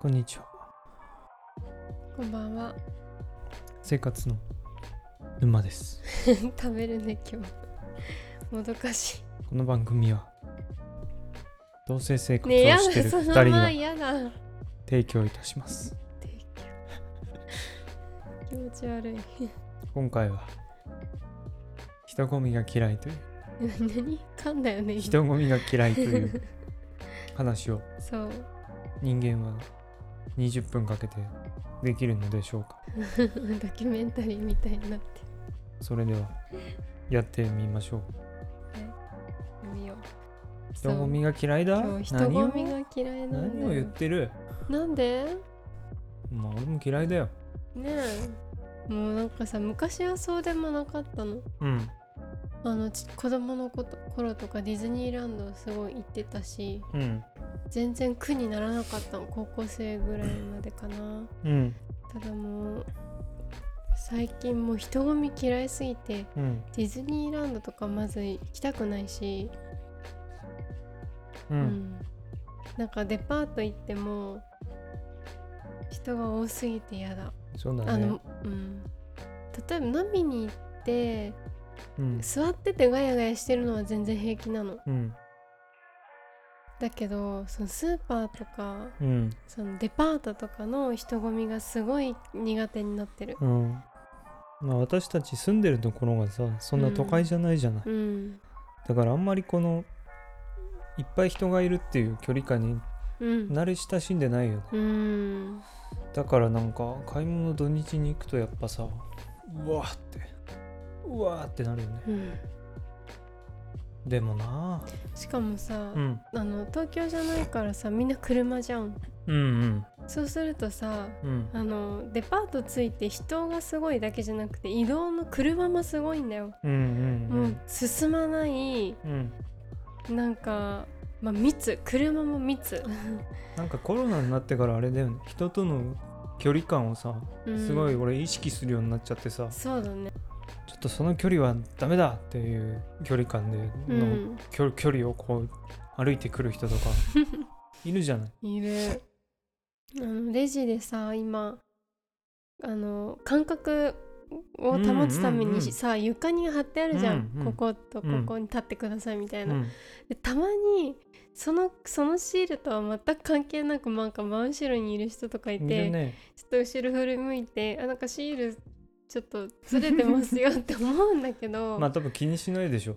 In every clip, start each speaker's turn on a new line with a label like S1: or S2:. S1: こんにちは。
S2: こんばんは。
S1: 生活の沼です。
S2: 食べるね今日。もどか し
S1: この番組は、同性生
S2: い。
S1: 活を
S2: ねえやだ
S1: している
S2: そ
S1: 二
S2: の
S1: 人
S2: ま
S1: に
S2: ま
S1: は
S2: やだ。
S1: 提供いたします。
S2: 気持ち悪い。
S1: 今回は、人混みが嫌いという、
S2: 何噛んだよね。今
S1: 人混みが嫌いという 話を
S2: そう。
S1: 人間は20分かけてできるのでしょうか。
S2: ドキュメンタリーみたいになって
S1: それでは、やってみましょう。
S2: みよう。
S1: 人混みが嫌いだ
S2: そうそう人
S1: 何
S2: 混
S1: を
S2: みが嫌いなんだ
S1: 何を
S2: よ
S1: 言ってる
S2: なんで
S1: まあ俺も嫌いだよ。
S2: ねえ。もうなんかさ昔はそうでもなかったの。
S1: うん。
S2: あのち子供のこと頃とかディズニーランドすごい行ってたし
S1: うん。
S2: 全然苦にならなかったの高校生ぐらいまでかな。
S1: うん。
S2: ただもう最近もう人混み嫌いすぎて
S1: うん。
S2: ディズニーランドとかまず行きたくないし、
S1: う。
S2: うんなんかデパート行っても人が多すぎて嫌だ、
S1: そうだ
S2: あ
S1: ね
S2: の。うん例えば飲みに行って
S1: うん。
S2: 座っててガヤガヤしてるのは全然平気なの
S1: うん。
S2: だけどそのスーパーとか
S1: うん。
S2: そのデパートとかの人混みがすごい苦手になってる
S1: うん。まあ私たち住んでるところがさ、そんな都会じゃないじゃない。
S2: うん
S1: だからあんまりこの、いっぱい人がいるっていう距離感に
S2: うん
S1: 慣れ親しんでないよね。
S2: うん
S1: だからなんか、買い物土日に行くとやっぱさ、うわーって、うわーってなるよね。
S2: うん
S1: でもな
S2: しかもさ
S1: あ、うん。
S2: あの東京じゃないからさみんな車じゃん
S1: うん
S2: そうするとさ
S1: うん。うん。
S2: あのデパートついて人がすごいだけじゃなくて移動の車もすごいんだよ、
S1: うんうんう。
S2: もうん進まない
S1: うん。
S2: なんか、まあ、密車も密、
S1: なんかコロナになってからあれだよね。人との距離感をさ、
S2: うん
S1: すごい俺意識するようになっちゃってさ、
S2: そうだね
S1: ちょっとその距離はダメだっていう距離感で
S2: う
S1: の、
S2: ん
S1: 距距離をこう歩いてくる人とかいるじゃない。
S2: いるあのレジでさ今あの感覚を保つため
S1: うんうんうん
S2: にさ、床に貼ってあるじゃん、
S1: うんうん
S2: こことここに立ってくださいみたいな、
S1: うん
S2: でたまにそのそのシールとは全く関係なくなんか真後ろにいる人とかいて
S1: いるね。
S2: ちょっと後ろ振り向いてあなんかシールちょっとずれてますよって思うんだけど、
S1: まあ多分気にしないでしょ、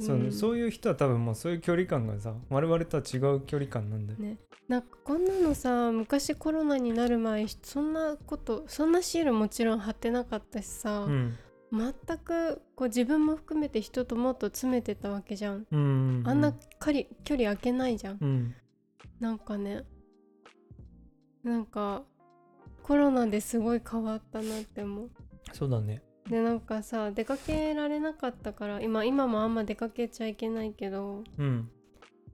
S1: そのそう
S2: いう
S1: いう人は多分もうそういう距離感がさ我々とは違う距離感なんだよ。
S2: なんかこんなのさ昔コロナになる前そんなことそんなシールもちろん貼ってなかったしさ、
S1: うん
S2: 全くこう自分も含めて人ともっと詰めてたわけじゃん。
S1: うん、
S2: あんなかり距離空けないじゃん
S1: うん
S2: なんかねなんかコロナですごい変わったなって思う
S1: そうだね。
S2: でなんかさ出かけられなかったから今今もあんま出かけちゃいけないけど
S1: うん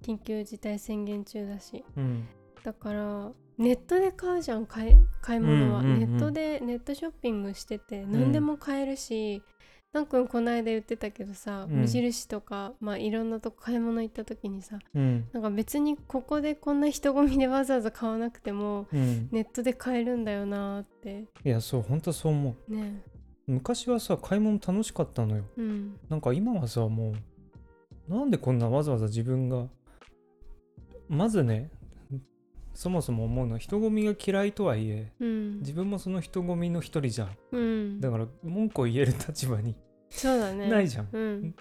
S2: 緊急事態宣言中だし
S1: うん
S2: だからネットで買うじゃん買い買い物は、
S1: うんうんうん
S2: ネットでネットショッピングしてて何でも買えるし、なんくんこの間言ってたけどさ、
S1: うん
S2: 無印とか、まあ、いろんなとこ買い物行った時にさ
S1: うん
S2: なんか別にここでこんな人混みでわざわざ買わなくても
S1: うん。
S2: ネットで買えるんだよなーって
S1: いやそう本当そう思う。
S2: ね
S1: 昔はさ買い物楽しかったのよ。
S2: うん
S1: なんか今はさもうなんでこんなわざわざ自分がまずねそもそも思うのは人混みが嫌いとはいえ
S2: うん
S1: 自分もその人混みの一人じゃん
S2: うん
S1: だから文句を言える立場に
S2: そうだね
S1: ないじゃん、
S2: うん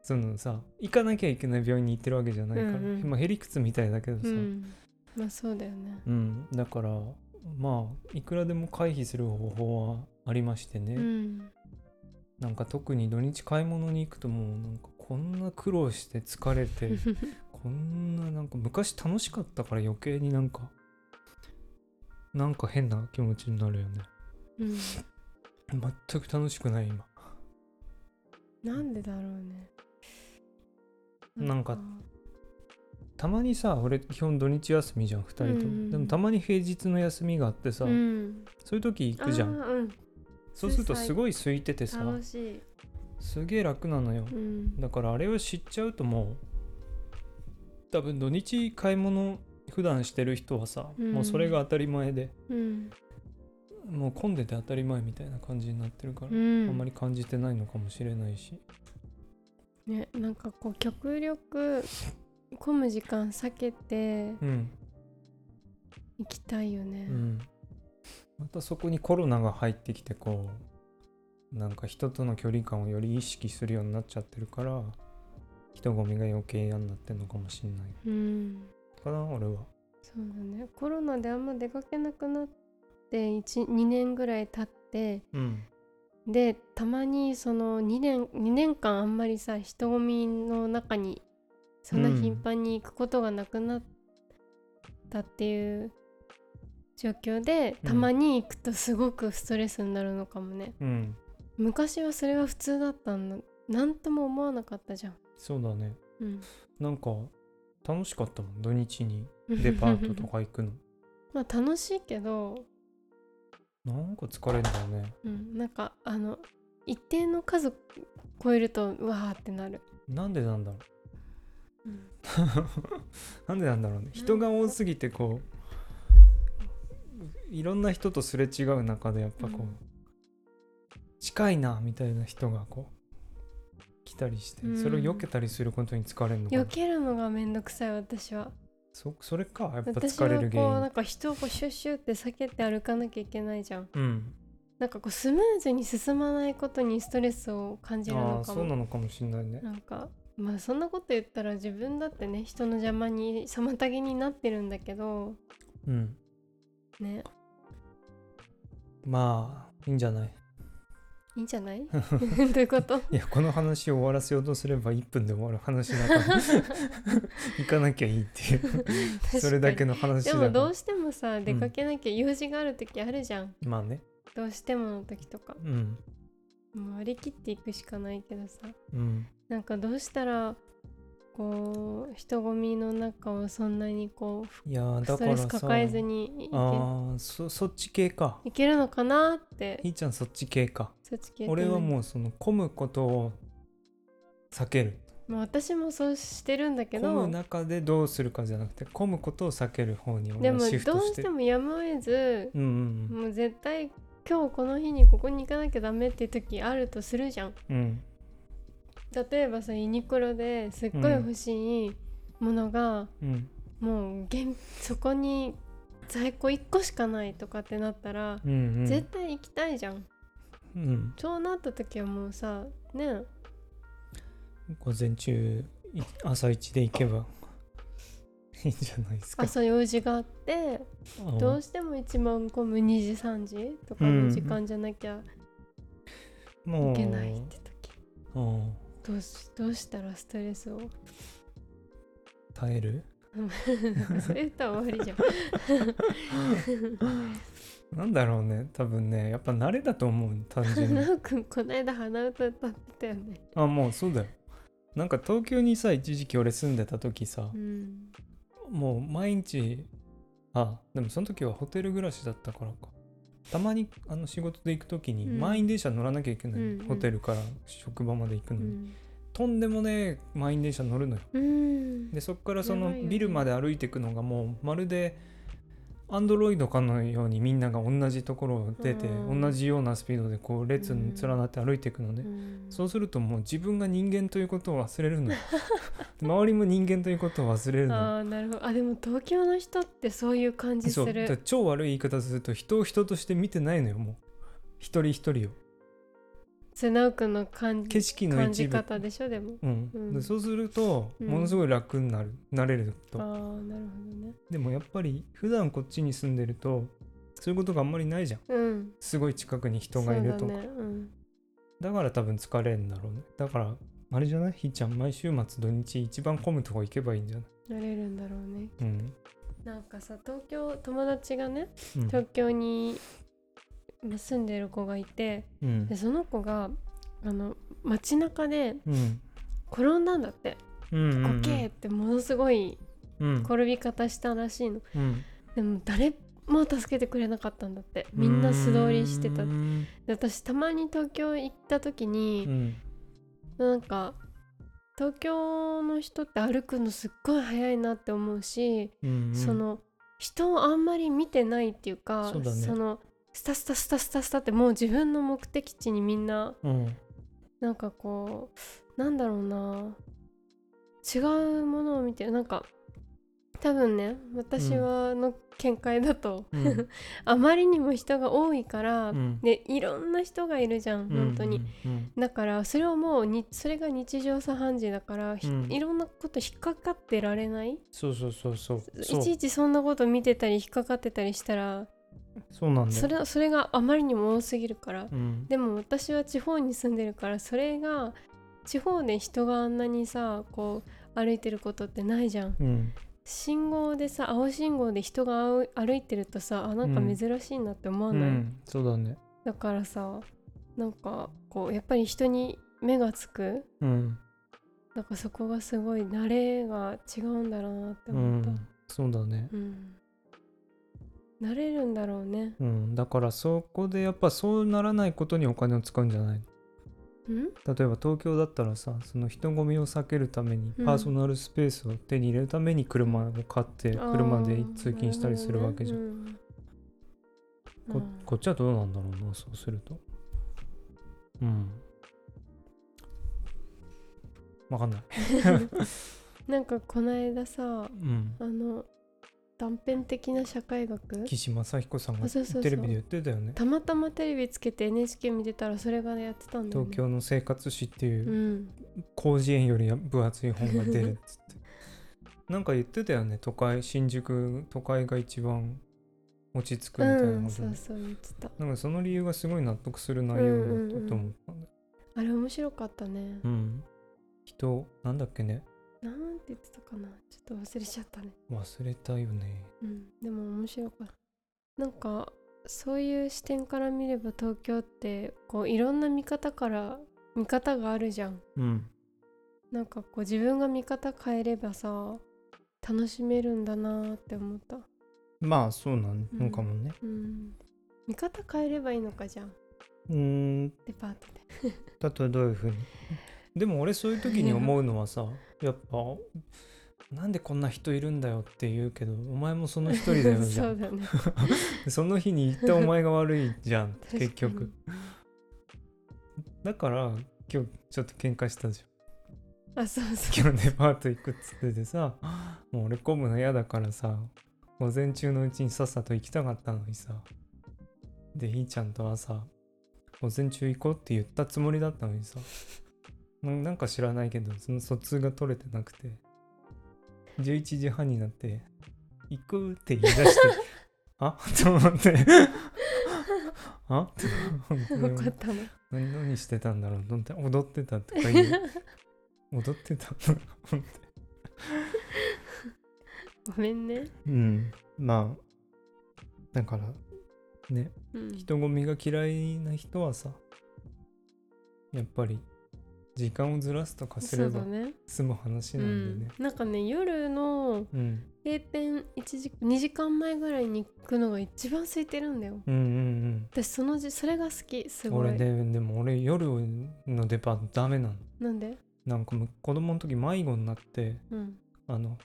S1: そのさ行かなきゃいけない病院に行ってるわけじゃないから、
S2: うんうん
S1: まあへりくつみたいだけどさ、
S2: うんまあそうだよね
S1: うんだからまあいくらでも回避する方法はありましてね、
S2: うん
S1: なんか特に土日買い物に行くともうなんかこんな苦労して疲れて こんななんか昔楽しかったから余計になんかなんか変な気持ちになるよね
S2: うん
S1: 全く楽しくない今
S2: なんでだろうね
S1: なんかたまにさ俺基本土日休みじゃん2人とも、
S2: うんうん
S1: でもたまに平日の休みがあってさ、
S2: うん
S1: そういう時行くじゃん
S2: あーうん
S1: そうするとすごい空いててさ
S2: 楽しい
S1: すげえ楽なのよ
S2: うん
S1: だからあれを知っちゃうともう多分土日買い物普段してる人はさ、
S2: うん
S1: もうそれが当たり前で
S2: うん
S1: もう混んでて当たり前みたいな感じになってるから、
S2: うん
S1: あんまり感じてないのかもしれないし
S2: ねなんかこう極力混む時間避けて
S1: うん
S2: 行きたいよね
S1: う、んまたそこにコロナが入ってきてこうなんか人との距離感をより意識するようになっちゃってるから人混みが余計嫌になってんのかもしれない
S2: うん、
S1: かな俺は
S2: そうだねコロナであんま出かけなくなって12年ぐらい経って
S1: うん
S2: でたまにその2年2年間あんまりさ人混みの中にそんな
S1: うん
S2: 頻繁に行くことがなくなったっていう状況で、
S1: うん
S2: たまに行くとすごくストレスになるのかもね
S1: うん
S2: 昔はそれは普通だったんだなんとも思わなかったじゃん、
S1: そうだね
S2: うん、
S1: なんか楽しかったもん土日にデパートとか行くの
S2: まあ楽しいけど
S1: なんか疲れんだよね
S2: うん、なんかあの一定の数超えるとうわーってなる、
S1: なんでなんだろう
S2: うん、
S1: なんでなんだろうね人が多すぎてこういろんな人とすれ違う中でやっぱこう、
S2: うん
S1: 近いなみたいな人がこう来たりして、
S2: うん
S1: それを避けたりすることに疲れるのかな
S2: 避けるのがめんどくさい私は
S1: そそれかやっぱ
S2: 私
S1: 疲
S2: は
S1: れる
S2: こうな
S1: 原
S2: んか人をこうシュッシュって避けて歩かなきゃいけないじゃん
S1: 因うん
S2: なんかこうスムーズに進まないことにストレスを感じる
S1: あ
S2: の
S1: あ
S2: か
S1: そう
S2: も
S1: な
S2: な
S1: のかもしれないね
S2: んかまあそんなこと言ったら自分だってね人の邪魔に妨げになってるんだけど
S1: うん
S2: ね
S1: まあいいんじゃない
S2: いいんじゃ ないどういうこと
S1: いやこの話を終わらせようとすれば1分で終わる話だから 行かなきゃいいっていうそれだけの話
S2: で
S1: だ
S2: も
S1: か
S2: ど
S1: ら
S2: うしてもさ出かけなきゃ用事がある時あるじゃん、
S1: まあね
S2: どうしてもの時とか
S1: うん
S2: もう割り切っていくしかないけどさ
S1: うん
S2: なんかどうしたらこう人混みの中をそんなにこ
S1: いやー
S2: う
S1: だか
S2: ストレ
S1: ら
S2: ス
S1: さ
S2: 抱えずにいけ
S1: ああそそっち系か
S2: いけるのかなって
S1: ひーちゃんそっち系か
S2: そっち系
S1: 俺はもうその混むことを避ける
S2: う、まあ、私もそうしてるんだけ
S1: 混む
S2: ど
S1: 中でどうするかじゃなくて混むことを避ける方に俺
S2: でも
S1: は
S2: どう
S1: シフトし
S2: してて
S1: る
S2: もやむを得ず、
S1: うんうん
S2: もう絶対今日この日にここに行かなきゃダメっていう時あるとするじゃん
S1: うんうん
S2: 例えばさユニクロですっごい欲しいものが、
S1: うん
S2: もう現そこに在庫1個しかないとかってなったら、
S1: うんうん
S2: 絶対行きたいじゃん
S1: うん
S2: そうなった時はもうさね
S1: 午前中い朝一で行けばいいんじゃないですか
S2: 朝用事があって
S1: うん
S2: どうしても一番混む2時3時とか
S1: う
S2: の
S1: ん
S2: 時間じゃなきゃ
S1: も
S2: いうけないって時、
S1: うん
S2: どうしどうしたらストレスを
S1: 耐える
S2: それ言ったら終わりじゃん
S1: なんだろうね多分ねやっぱ慣れだと思う単純に
S2: なおくんこの間鼻歌歌ってたよね
S1: あもうそうだよなんか東京にさ一時期俺住んでた時さ
S2: う、ん
S1: もう毎日あでもその時はホテル暮らしだったからかたまにあの仕事で行く時に
S2: うん
S1: 満員電車乗らなきゃいけない、
S2: うんうん
S1: ホテルから職場まで行く
S2: う
S1: のに、
S2: ん、
S1: とんでもねえ満員電車乗るのよ
S2: うん、
S1: でそっからそ
S2: や
S1: の
S2: ばいよね
S1: ビルまで歩いていくのがもうまるでアンドロイドかのようにみんなが同じところを出て
S2: うん
S1: 同じようなスピードでこう列に連なって歩いていくのね、
S2: うん
S1: そうするともう自分が人間ということを忘れるの よ周りも人間ということを忘れるのよ
S2: あーなるほどあでも東京の人ってそういう感じす
S1: そうだから
S2: る
S1: 超悪い言い方すると人を人として見てないのよもう一人一人を
S2: 瀬直君の感じ
S1: 景色の
S2: 感じ
S1: 一部、
S2: 方でしょでも
S1: うん
S2: うん
S1: でそうすると
S2: うん
S1: ものすごい楽になる、なれる
S2: あ
S1: と
S2: あーなるほどね
S1: でもやっぱり普段こっちに住んでるとそういうことがあんまりないじゃん
S2: うん
S1: すごい近くに人がいるとかだ,、
S2: そうだねうん
S1: から多分疲れるんだろうねだからあれじゃないひーちゃん毎週末土日一番混むとこ行けばいいんじゃない
S2: なれるんだろうね
S1: うん、
S2: なんかさ東京友達がね
S1: うん
S2: 東京にまあ住んでる子がいて
S1: うん
S2: でその子があの街中で
S1: うん
S2: 転んだんだって
S1: うんうん
S2: ゴ
S1: うん
S2: ケーってものすごい
S1: うん
S2: 転び方したらしいの
S1: うん
S2: でも誰も助けてくれなかったんだってみんな素通りしてたって
S1: うん
S2: で私たまに東京行った時に
S1: う、ん
S2: なんか東京の人って歩くのすっごい早いなって思うし、
S1: うんうん
S2: その人をあんまり見てないっていうか
S1: そうだね
S2: のスタスタスタスタスタってもう自分の目的地にみんな
S1: うん
S2: なんかこうなんだろうな違うものを見てるなんか多分ね私はの見解だと、
S1: うん
S2: あまりにも人が多いから、
S1: うん
S2: でいろんな人がいるじゃん 本当に、
S1: うん
S2: だからそれをもうにそれが日常茶飯事だから、ひ
S1: うん
S2: いろんなこと引っかかってられない
S1: そうそうそうそうそ
S2: いうちいちそんなこと見てたり引っかかってたりしたら
S1: そうなんだよ
S2: それそれがあまりにも多すぎるから、
S1: うん
S2: でも私は地方に住んでるからそれが地方で人があんなにさこう歩いてることってないじゃん
S1: うん
S2: 信号でさ青信号で人が歩い歩いてるとさあなんか
S1: うん
S2: 珍しいなって思わ
S1: う
S2: ない、
S1: んそうだね
S2: だからさなんかこうやっぱり人に目がつく
S1: うん
S2: なんかそこがすごい慣れが違うんだろうなって
S1: う
S2: 思った、
S1: んそうだね
S2: うん慣れるんだろうね
S1: うんだからそこでやっぱそうならないことにお金を使うんじゃない
S2: うん
S1: 例えば東京だったらさその人混みを避けるために
S2: うん
S1: パーソナルスペースを手に入れるために車を買って車で通勤したりするわけじゃん、
S2: あーなるほ
S1: こ
S2: どね
S1: こっちはどうなんだろうなそうするとうんわか んない
S2: うんなんかこの間さ
S1: うん
S2: あの断片的な社会学
S1: 岸正彦さんが
S2: あそうそうそう
S1: テレビで言ってたよね
S2: たまたまテレビつけて NHK 見てたらそれがやってたんだよ、ね、
S1: 東京の生活史っていううん広辞苑より分厚い本が出るっ つってなんか言ってたよね都会新宿都会が一番落ち着くみたいな
S2: うん、
S1: こと
S2: そ
S1: で
S2: うそう言ってた
S1: なんかその理由がすごい納得する内容だったと思ったんだよ
S2: あれ面白かったね、
S1: うん人なんだっけね
S2: なんて言ってたかなちょっと忘れちゃったね
S1: 忘れたよね
S2: うんでも面白かったなんかそういう視点から見れば東京ってこういろんな見方から見方があるじゃん
S1: うん
S2: なんかこう自分が見方変えればさ楽しめるんだなーって思った
S1: まあそうな
S2: うん
S1: のかもね
S2: うん見方変えればいいのかじゃん
S1: うーん
S2: デパートで
S1: だとどういうふうにでも俺そういう時に思うのはさ やっぱなんでこんな人いるんだよって言うけどお前も その一人だよじゃ
S2: そ
S1: ん
S2: うだね
S1: その日に行ったお前が悪いじゃん
S2: 確かに
S1: 結局だから今日ちょっと喧嘩したじ
S2: あそうそ
S1: ゃん 今日デパート行くっつっててさもう俺混むの嫌だからさ午前中のうちにさっさと行きたかったのにさでひーちゃんと朝午前中行こうって言ったつもりだったのにさななんか知らないけどその疎通が取れてなくて11時半になって「行く」って言い出して 「あと思って 「あって
S2: う 分かったの
S1: 何何してたんだろうと思って踊ってたとか言 う踊ってたとか思って
S2: ごめんね、
S1: うんまあだからね
S2: うん、
S1: 人混みが嫌いな人はさやっぱり時間をずらすとかす
S2: そ
S1: れ
S2: うだ
S1: ば
S2: ね
S1: 済む話
S2: う
S1: なんで
S2: ん
S1: ね、
S2: なんかね夜の
S1: うん、
S2: 閉店1時2時間前ぐらいに行くのが一番空いてるんだよ
S1: うんうん
S2: 私そのじそれが好きす
S1: うん
S2: ごい
S1: 俺ねでも俺夜のデパートダメなの
S2: なんで
S1: なんかもう子供の時迷子になって
S2: うん
S1: あの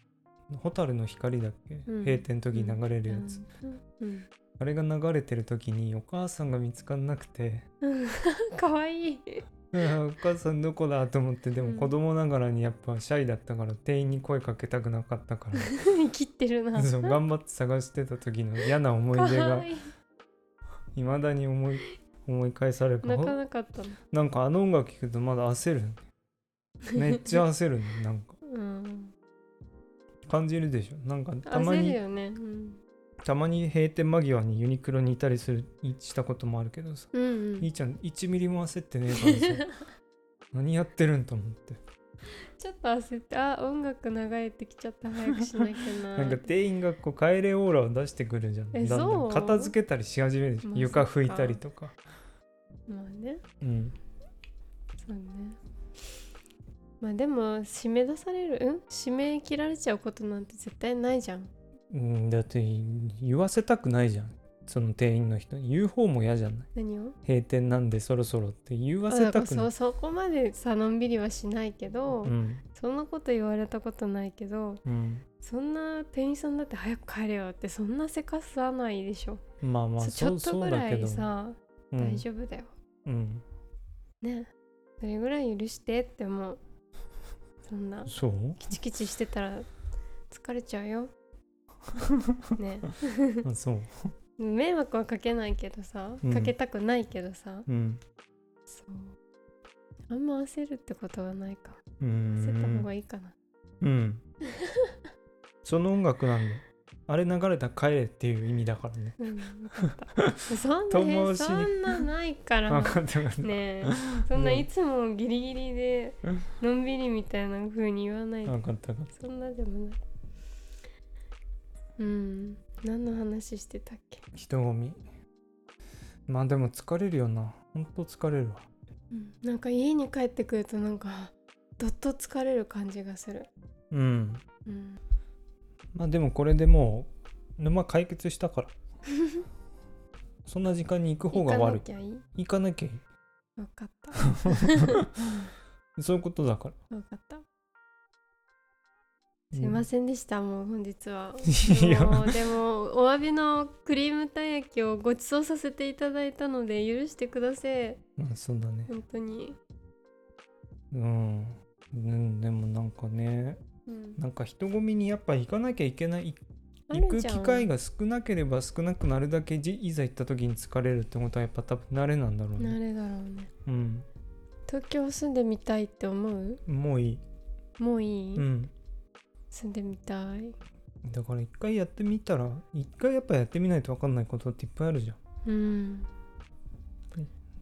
S1: 蛍の光だっけ、
S2: うん
S1: 閉店の時に流れるやつ、
S2: うんうん
S1: あれが流れてる時にお母さんが見つかんなくて
S2: うんかわいい
S1: う わお母さんどこだと思ってで
S2: う
S1: も
S2: ん
S1: 子供ながらにやっぱシャイだったから店員に声かけたくなかったか
S2: 生きってるな
S1: ら そう頑張って探してた時の嫌な思
S2: か
S1: い出
S2: わ
S1: が
S2: いい
S1: いまだに思い思い返される
S2: 泣か
S1: な
S2: なかったの
S1: なんかあの音楽聴くとまだ焦るのめっちゃ焦る のなんか
S2: うん
S1: 感じるでしょなんかたま
S2: 焦る
S1: に
S2: よねうん
S1: たまに閉店間際にユニクロにいたりするしたこともあるけどさ
S2: うんう
S1: い
S2: ん
S1: いちゃん1ミリも焦ってねえ からさ何やってるんと思って
S2: ちょっと焦ってあ音楽流れてきちゃった早くしなきゃな
S1: なんか店員がこう帰れオーラを出してくるじゃん。
S2: え
S1: だんだん
S2: そう
S1: 片付けたりし始めるじゃ
S2: ま
S1: ん。
S2: あ
S1: 床拭いたりとか。
S2: まあね
S1: うん。
S2: そうねまあでも締め出されるうん締め切られちゃうことなんて絶対ないじゃん
S1: うん、だって言わせたくないじゃん。その店員の人に言う方も嫌じゃない
S2: 何を
S1: 閉店なんでそろそろって言わ
S2: あ
S1: せ
S2: だか
S1: た
S2: ら
S1: く
S2: そ
S1: な
S2: う
S1: い
S2: そこまでさのんびりはしないけど、
S1: うん
S2: そんなこと言われたことないけど
S1: うん
S2: そんな店員さんだって早く帰れよってそんなせかさないでしょ、
S1: まあまあ
S2: そちょ
S1: そ
S2: っ
S1: う
S2: と
S1: そ
S2: ぐ
S1: うだ
S2: ら
S1: け
S2: い
S1: ど
S2: さ、
S1: うん
S2: 大丈夫だよ
S1: うん
S2: ねそれぐらい許してって思うそんな
S1: そう
S2: キチキチしてたら疲れちゃうよね
S1: あそう
S2: 迷惑はかけないけどさ、
S1: うん
S2: かけたくないけどさ
S1: うん
S2: そうあんま焦るってことはないか
S1: うー
S2: 焦った方が
S1: ん
S2: いいかな、
S1: うんその音楽なんだよあれ流れたら帰れっていう意味だからね
S2: うん、分かったそん
S1: 遠回
S2: な
S1: しに
S2: そんなないから
S1: 分
S2: ね
S1: かった分かった
S2: えそんないつもギリギリで
S1: うん
S2: のんびりみたいな風に言わない
S1: 分かった分かっ
S2: そんなでもないうん何の話してたっけ
S1: た人混みまあでも疲れるよなほんと疲れるわ
S2: なんか家に帰ってくるとなんかどっと疲れる感じがする。
S1: うん
S2: うん、
S1: まあでもこれでもう沼解決した からそんな時間に行く方が悪い
S2: 行かなきゃいい。
S1: 行かなきゃい
S2: わかった。
S1: いそういうことだから
S2: わかった。すいませんでした。もう本日は。
S1: いや
S2: もうでもお詫びのクリームたい焼きをご馳走させていただいたので許してください。
S1: うん、まあそうだね
S2: 本当に。
S1: うん、うん、でもなんかね
S2: うん、
S1: なんか人混みにやっぱ行かなきゃいけない
S2: あ
S1: 行
S2: る
S1: く
S2: じゃん
S1: 機会が少なければ少なくなるだけじいざ行った時に疲れるってことはやっぱ多分慣れなんだろう
S2: な
S1: ね、
S2: るだろうね。
S1: うん、
S2: 東京住んでみたいって思
S1: もういい、
S2: う？もういい？
S1: うん、
S2: 住んでみたい。
S1: だから一回やってみたら一回やっぱやってみないと分かんないことっていっぱいあるじゃん
S2: うん。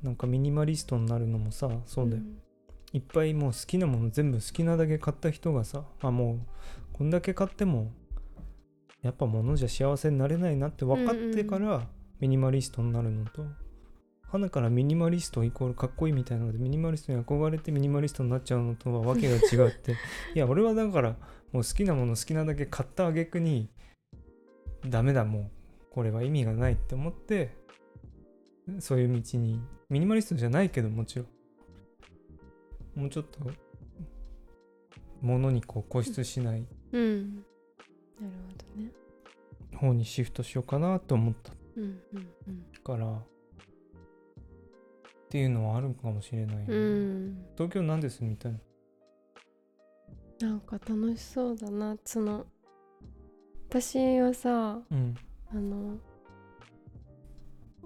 S1: なんかミニマリストになるのもさそうだよ、
S2: ん
S1: いっぱいもう好きなもの全部好きなだけ買った人がさあもうこんだけ買ってもやっぱ物じゃ幸せになれないなって分かってからミニマリストになるのと、花からミニマリストイコールかっこいいみたいなのでミニマリストに憧れてミニマリストになっちゃうのとはわけが違っていや俺はだからもう好きなもの好きなだけ買った挙句にダメだもうこれは意味がないって思ってそういう道にミニマリストじゃないけどもちろんもうちょっと物にこう固執しない
S2: うん。なるほどね。
S1: 方にシフトしようかなと思った
S2: うんうんうん。
S1: からっていうのはあるかもしれないよね、
S2: うん、
S1: 東京なんですみたいな
S2: なんか楽しそうだなその私はさ
S1: うん
S2: あの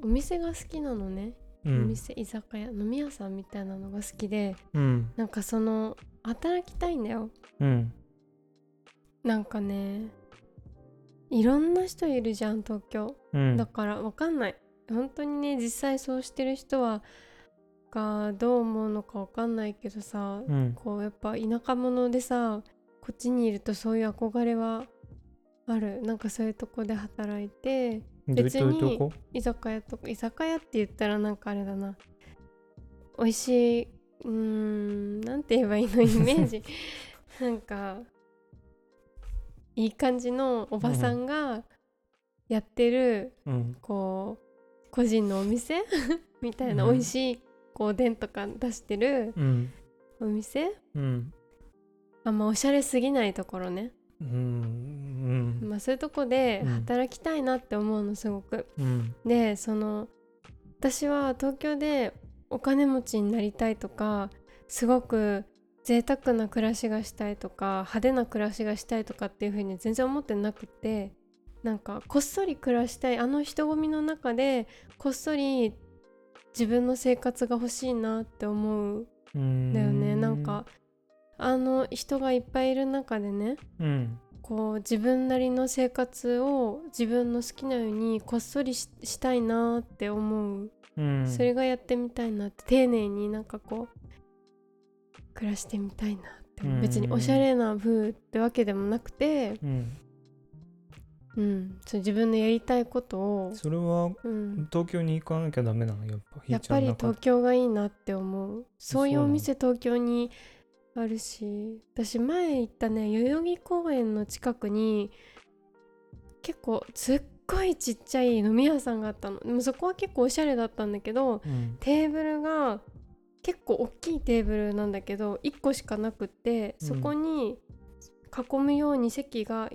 S2: お店が好きなのね、
S1: う
S2: お
S1: ん
S2: 店居酒屋飲み屋さんみたいなのが好きで
S1: うん
S2: なんかその働きたいんだよ
S1: うん
S2: なんかねいろんな人いるじゃん東京
S1: うん
S2: だからわかんない本当にね実際そうしてる人はがどう思うのかわかんないけどさ
S1: うん
S2: こうやっぱ田舎者でさこっちにいるとそういう憧れはあるなんかそういうとこで働いて
S1: どうい
S2: 別に
S1: うとこ
S2: 居酒屋とか居酒屋って言ったらなんかあれだな美味しいうーんなんて言えばいいのイメ ージなんかいい感じのおばさんがやってる、
S1: うん
S2: こう個人のお店 みたいな
S1: うん
S2: 美味しいこうおでんとか出してる
S1: うん
S2: お店
S1: うん
S2: あんまおしゃれすぎないところね、
S1: うんうん
S2: まあ、そういうとこで
S1: うん
S2: 働きたいなって思うのすごく、
S1: うん
S2: でその私は東京でお金持ちになりたいとかすごく贅沢な暮らしがしたいとか派手な暮らしがしたいとかっていう風に全然思ってなくてなんかこっそり暮らしたいあの人混みの中でこっそり自分の生活が欲しいなって思う
S1: うん
S2: んだよねなんかあの人がいっぱいいる中でね
S1: うん
S2: こう自分なりの生活を自分の好きなようにこっそりししたいなって思う、
S1: うん
S2: それがやってみたいなって丁寧になんかこう暮らしてみたいなって思う、
S1: うん
S2: 別におしゃれな風ってわけでもなくて、
S1: うん
S2: うん、そう自分のやりたいことを、
S1: それは
S2: うん、
S1: 東京に行かなきゃダメなのやっぱひ
S2: や
S1: ー
S2: っ
S1: ちゃ
S2: ぱ
S1: ん
S2: り
S1: の中
S2: 東
S1: で
S2: 京がいいなって思うそういうお
S1: そうなの
S2: 店東京にあるし私前行ったね代々木公園の近くに結構すっごいちっちゃい飲み屋さんがあったのでもそこは結構おしゃれだったんだけど
S1: うん
S2: テーブルが結構大きいテーブルなんだけど1個しかなくって
S1: うん
S2: そこに囲むように席が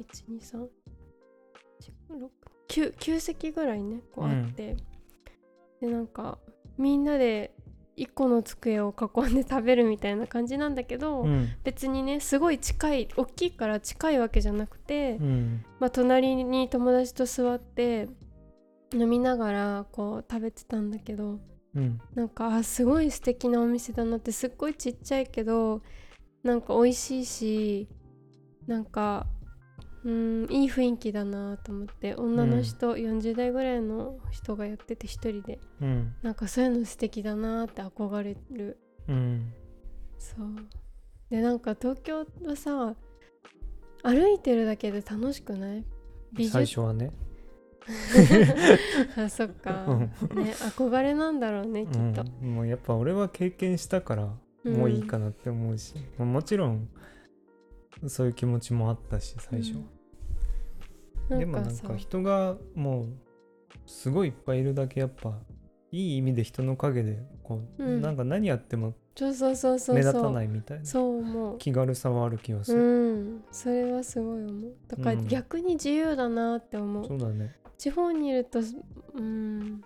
S2: 12349席ぐらいねこうあって、でなんかみんなで1個の机を囲んで 食べるみたいな感じなんだけど、
S1: うん
S2: 別にねすごい近い大きいから近いわけじゃなくて、
S1: うん
S2: まあ、隣に友達と座って飲みながらこう食べてたんだけど
S1: うん
S2: なんかあすごい素敵なお店だなってすっごいちっちゃいけどなんか美味しいしなんかうんいい雰囲気だなと思って女の人、40代ぐらいの人がやってて一人で
S1: うん
S2: なんかそういうの素敵だなって憧れる
S1: うん
S2: そうでなんか東京はさ歩いてるだけで楽しくない美
S1: 最
S2: 術
S1: 初はね
S2: あそっか、
S1: うん
S2: ね憧れなんだろうねきっと、
S1: うん、もうやっぱ俺は経験したからもういいかなって思うし、まあもちろんそういう気持ちもあったし最初は、
S2: な
S1: で
S2: ん
S1: も
S2: か
S1: なん
S2: さ
S1: か人がもうすごいいっぱいいるだけやっぱいい意味で人の陰でこう、
S2: うん
S1: なんか何やっても
S2: そうそうそうそうそう
S1: 目立たないみたいな
S2: そう思う
S1: 気軽さはある気がす
S2: う
S1: る、
S2: んそれはすごい思うだから
S1: うん
S2: 逆に自由だなって思う、
S1: そうだね
S2: 地方にいるとうん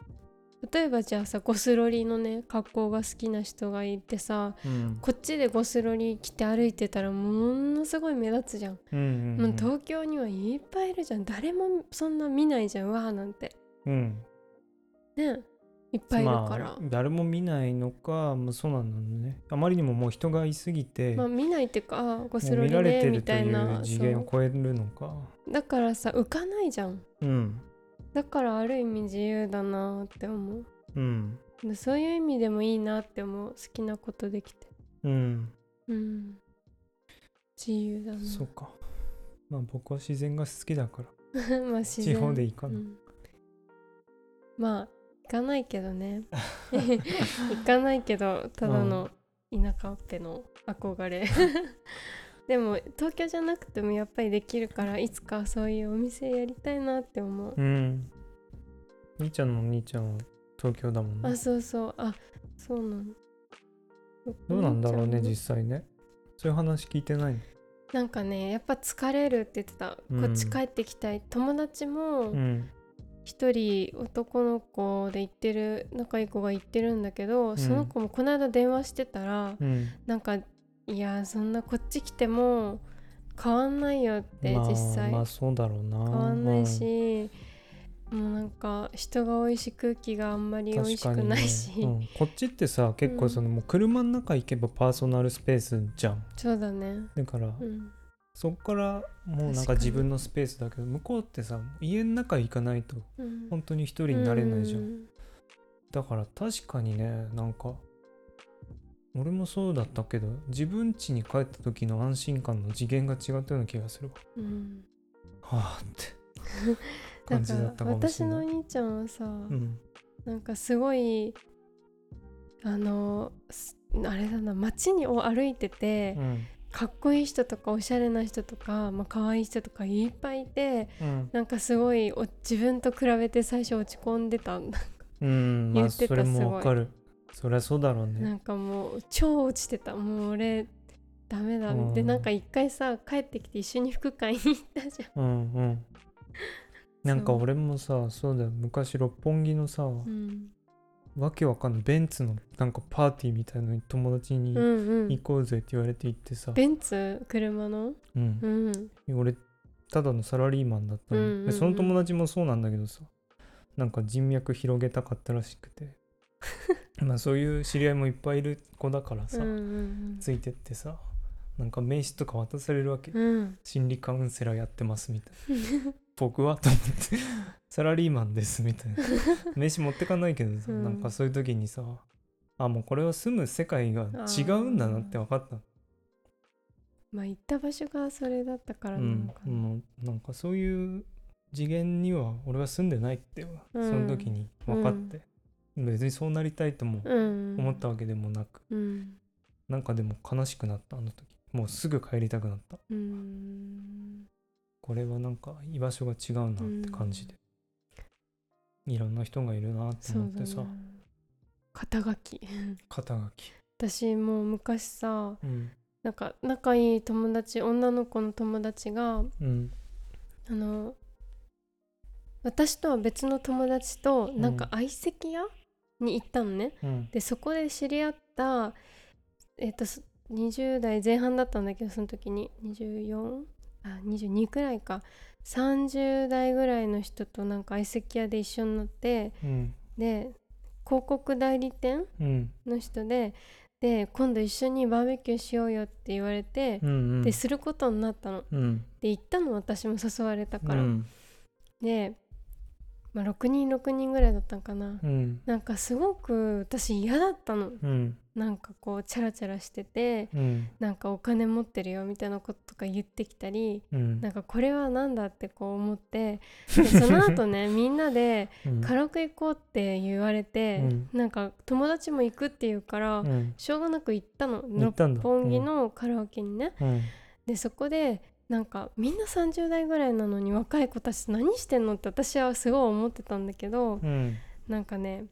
S2: 例えばじゃあさゴスロリのね格好が好きな人がいてさ
S1: うん
S2: こっちでゴスロリ着て歩いてたらものすごい目立つじゃん、
S1: うんうん
S2: もう東京にはいっぱいいるじゃん誰もそんな見ないじゃんわーなんて
S1: うん
S2: ねいっぱいいるから、
S1: まあ、誰も見ないのか、まあ、そうなんだねあまりにももう人がいすぎて、
S2: まあ見ないっていうかあーゴ
S1: も
S2: ス
S1: う
S2: ロ
S1: 見
S2: リ
S1: られ
S2: ね
S1: て
S2: み
S1: ると
S2: たい
S1: い
S2: な
S1: う次元
S2: そ
S1: を超えるのか
S2: うだからさ浮かないじゃん
S1: うん
S2: だからある意味自由だなって思う
S1: うん
S2: でそういう意味でもいいなって思う好きなことできて
S1: うん
S2: うん自由だな
S1: そうかまあ僕は自然が好きだから
S2: まあ自
S1: 地
S2: 然
S1: 方でいいか
S2: う
S1: な、
S2: んまあ行かないけ どね行かないけどただの田舎っぺの 憧れでも東京じゃなくてもやっぱりできるからいつかそういうお店やりたいなって思う
S1: うん兄ちゃんの兄ちゃんは東京だもん
S2: あ
S1: ね
S2: そうそうあそうなの
S1: どうなんだろうね
S2: 実
S1: 実際ねそういう話聞いてないの
S2: なんかねやっぱ疲れるって言ってた、
S1: うん
S2: こっち帰ってきたい友達
S1: う
S2: も
S1: ん
S2: 一人男の子で行ってる仲いい子が行ってるんだけど、
S1: ん
S2: その子もこの間電話してたら
S1: うん
S2: なんかいやそんなこっち来ても変わんないよって
S1: まあ
S2: 実際、
S1: まあそうだろうな
S2: 変わんない、し、もうなんか人が多いし空気があんまり
S1: うん
S2: 美味しくないし、
S1: 確かにねうんこっちってさ結構その、もう車の中行けばパーソナルスペースじゃん
S2: そうだね
S1: だから、
S2: うん
S1: そっからもうなん
S2: 確か
S1: か
S2: に
S1: 自分のスペースだけど向こうってさ家の中行かないと
S2: うん
S1: 本当に一人になれないじゃん、
S2: うん
S1: だから確かにねなんか俺もそうだったけど自分家に帰った時の安心感の次元が違ったような気がするわ
S2: うん
S1: はあって 感じだったか
S2: なん
S1: も
S2: か
S1: し
S2: 私
S1: れ
S2: のお
S1: ない
S2: 兄ちゃんはさ、
S1: うん
S2: なんかすごいあのすあれだな街にを歩いてて
S1: うん
S2: かっこいい人とかおしゃれな人とか、まあ可愛い人とかいっぱいいて
S1: うん
S2: なんかすごいお自分と比べて最初落ち込んでたんだ
S1: うんま
S2: 言
S1: あ
S2: って
S1: そ
S2: た
S1: れもわかるそりゃそうだろう
S2: な
S1: ね
S2: んかもう超落ちてたもう俺ダメだで
S1: うん
S2: なんか一回さ帰ってきて一緒に服買いに行ったじゃん。
S1: うんうんなんか俺もさそうだよ昔六本木のさ、
S2: うん
S1: わけわかんないベンツのなんかパーティーみたいのに友達に
S2: うんうん
S1: 行、こうぜって言われて行ってさ、
S2: ベンツ車の、
S1: うん
S2: うん、
S1: 俺ただのサラリーマンだったの、
S2: うんうんうん
S1: でその友達もそうなんだけどさなんか人脈広げたかったらしく てまあそういう知り合いもいっぱいいる子だから
S2: う
S1: さ、
S2: んうん
S1: ついてってさなんか名刺とか渡されるわけ、
S2: うんうん
S1: 心理カウンセラーやってますみたいな 僕はと思ってサラリーマンですみ たいな名刺持ってかないけどさ、
S2: うん
S1: なんかそういう時にさあもうこれは住む世界が違うんだなって分かった
S2: まあ行った場所がそれだったから
S1: う
S2: なの
S1: ん
S2: か、な、
S1: もうなんかそういう次元には俺は住んでないって、
S2: うん
S1: その時に分かって、別にそうなりたいとも
S2: うん、
S1: 思ったわけでもなく、
S2: うん
S1: なんかでも悲しくなったあの時もうすぐ帰りたくなった
S2: うん
S1: これはなんか居場所が違うなって感じで、いろんな人がいるなって
S2: そ
S1: 思っ
S2: うだ
S1: てさ、
S2: ね肩書き
S1: 肩書き、
S2: 私もう昔さ
S1: うん
S2: なんか仲いい友達女の子の友達が
S1: うん、
S2: あの私とは別の友達と
S1: ん
S2: なんか相席屋、に行ったのね
S1: うん
S2: でそこで知り合ったえっ、とそ20代前半だったんだけどその時に24あ22くらいか30代ぐらいの人となんか相席屋で一緒になって
S1: うん
S2: で広告代理店
S1: うん
S2: の人でで今度一緒にバーベキューしようよって言われて
S1: う、んうん
S2: ですることになったの
S1: うん
S2: で行ったの私も誘われたから、
S1: うん
S2: で、まあ、6人6人ぐらいだったんかな、
S1: うん
S2: なんかすごく私嫌だったの
S1: うん
S2: なんかこうチャラチャラしてて
S1: うん
S2: なんかお金持ってるよみたいなこととか言ってきたり
S1: うん
S2: なんかこれは何だってこう思ってでその 後ねみんなで
S1: うん
S2: カラオケ行こうって言われて、
S1: うん
S2: なんか友達も行くって言うから、
S1: うん
S2: しょうがなく行ったの
S1: 行ったんだ
S2: 六本木のカラオケにね、
S1: うん
S2: でそこでなんかみんな30代ぐらいなのに若い子たち何してんのって私はすごい思ってたんだけど
S1: うん
S2: なんかね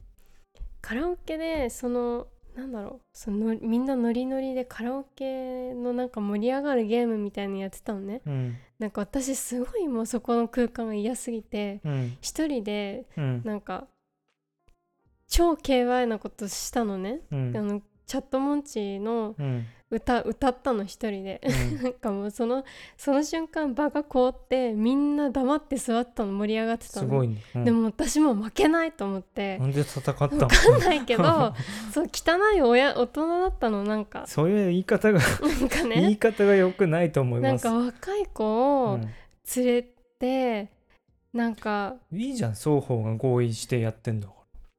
S2: カラオケでそのなんだろうそのみんなノリノリでカラオケのなんか盛り上がるゲームみたいなのやってたのね
S1: うん
S2: なんか私すごいもうそこの空間が嫌すぎて
S1: うん
S2: 一人で
S1: うん
S2: なんか超 KY なことしたのね、
S1: うん
S2: あのチャットモンチーの
S1: うん
S2: 歌歌ったの一人で
S1: うん
S2: なんかもうそのその瞬間場が凍ってみんな黙って座ったの盛り上がってた
S1: す
S2: の
S1: ごいね、うん
S2: でも私も負けないと思って
S1: なんで戦ったの
S2: わかんない けどそう汚い親大人だったのなんか
S1: そういう言い方が、
S2: なんか
S1: 言
S2: ね
S1: い方が良くないと思い
S2: な
S1: ま
S2: ん
S1: す
S2: か若い子
S1: う
S2: を
S1: ん
S2: 連れて、なんか
S1: いいじゃん双方が合意してやってんだ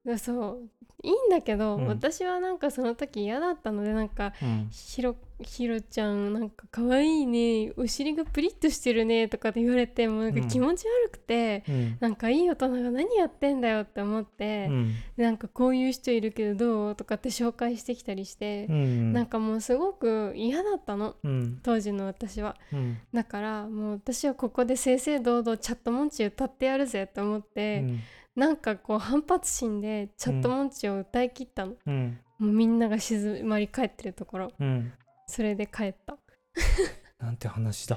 S1: か
S2: そういいんだけど、
S1: うん、
S2: 私はなんかその時嫌だったのでなんから
S1: うん
S2: ひろひろちゃんなんか可愛いねお尻がプリッとしてるねとかって言われてもうなんか気持ち悪くて、
S1: うん
S2: なんかいい大人が何やってんだよって思って
S1: う、ん
S2: でなんかこういう人いるけどどうとかって紹介してきたりして
S1: う、ん
S2: なんかもうすごく嫌だったの
S1: うん
S2: 当時の私は
S1: うん
S2: だからもう私はここで正々堂々チャットモンチー歌ってやるぜと思っ
S1: う
S2: て、
S1: ん
S2: なんかこう反発心でチャットモンチーを歌い切ったの、
S1: うん
S2: もうみんなが静まり返ってるところ
S1: うん
S2: それで帰った
S1: なんて話だ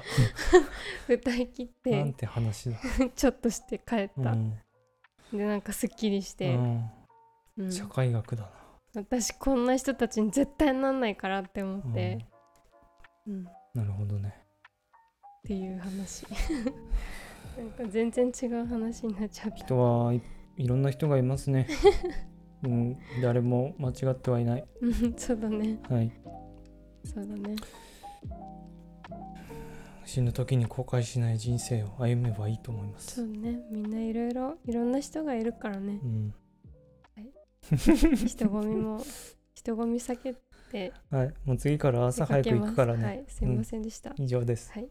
S2: 歌い切っ
S1: な
S2: て
S1: んて話だ、
S2: ちょっとして帰っ
S1: う
S2: た、
S1: ん
S2: でなんかすっきりし
S1: う
S2: て、
S1: ん
S2: うん
S1: 社会学だな、
S2: 私こんな人たちに絶対なんないからって思
S1: うん
S2: って、うんっ
S1: なるほどね
S2: ていう話 なんか全然違う話になっちゃった
S1: 人はい、いろんな人がいます ね、うん、誰も間違ってはいない
S2: うん そうだね
S1: はい
S2: そうだね
S1: 死ぬ時に後悔しない人生を歩めばいいと思いま
S2: そ
S1: す
S2: うねみんないろいろいろんな人がいるから ね
S1: うん
S2: 人混みも人混み避けて
S1: はいもう次から朝
S2: 出か
S1: 早く
S2: け
S1: 行
S2: ます
S1: くからね、
S2: はいすいませんでした、
S1: 以上です
S2: はい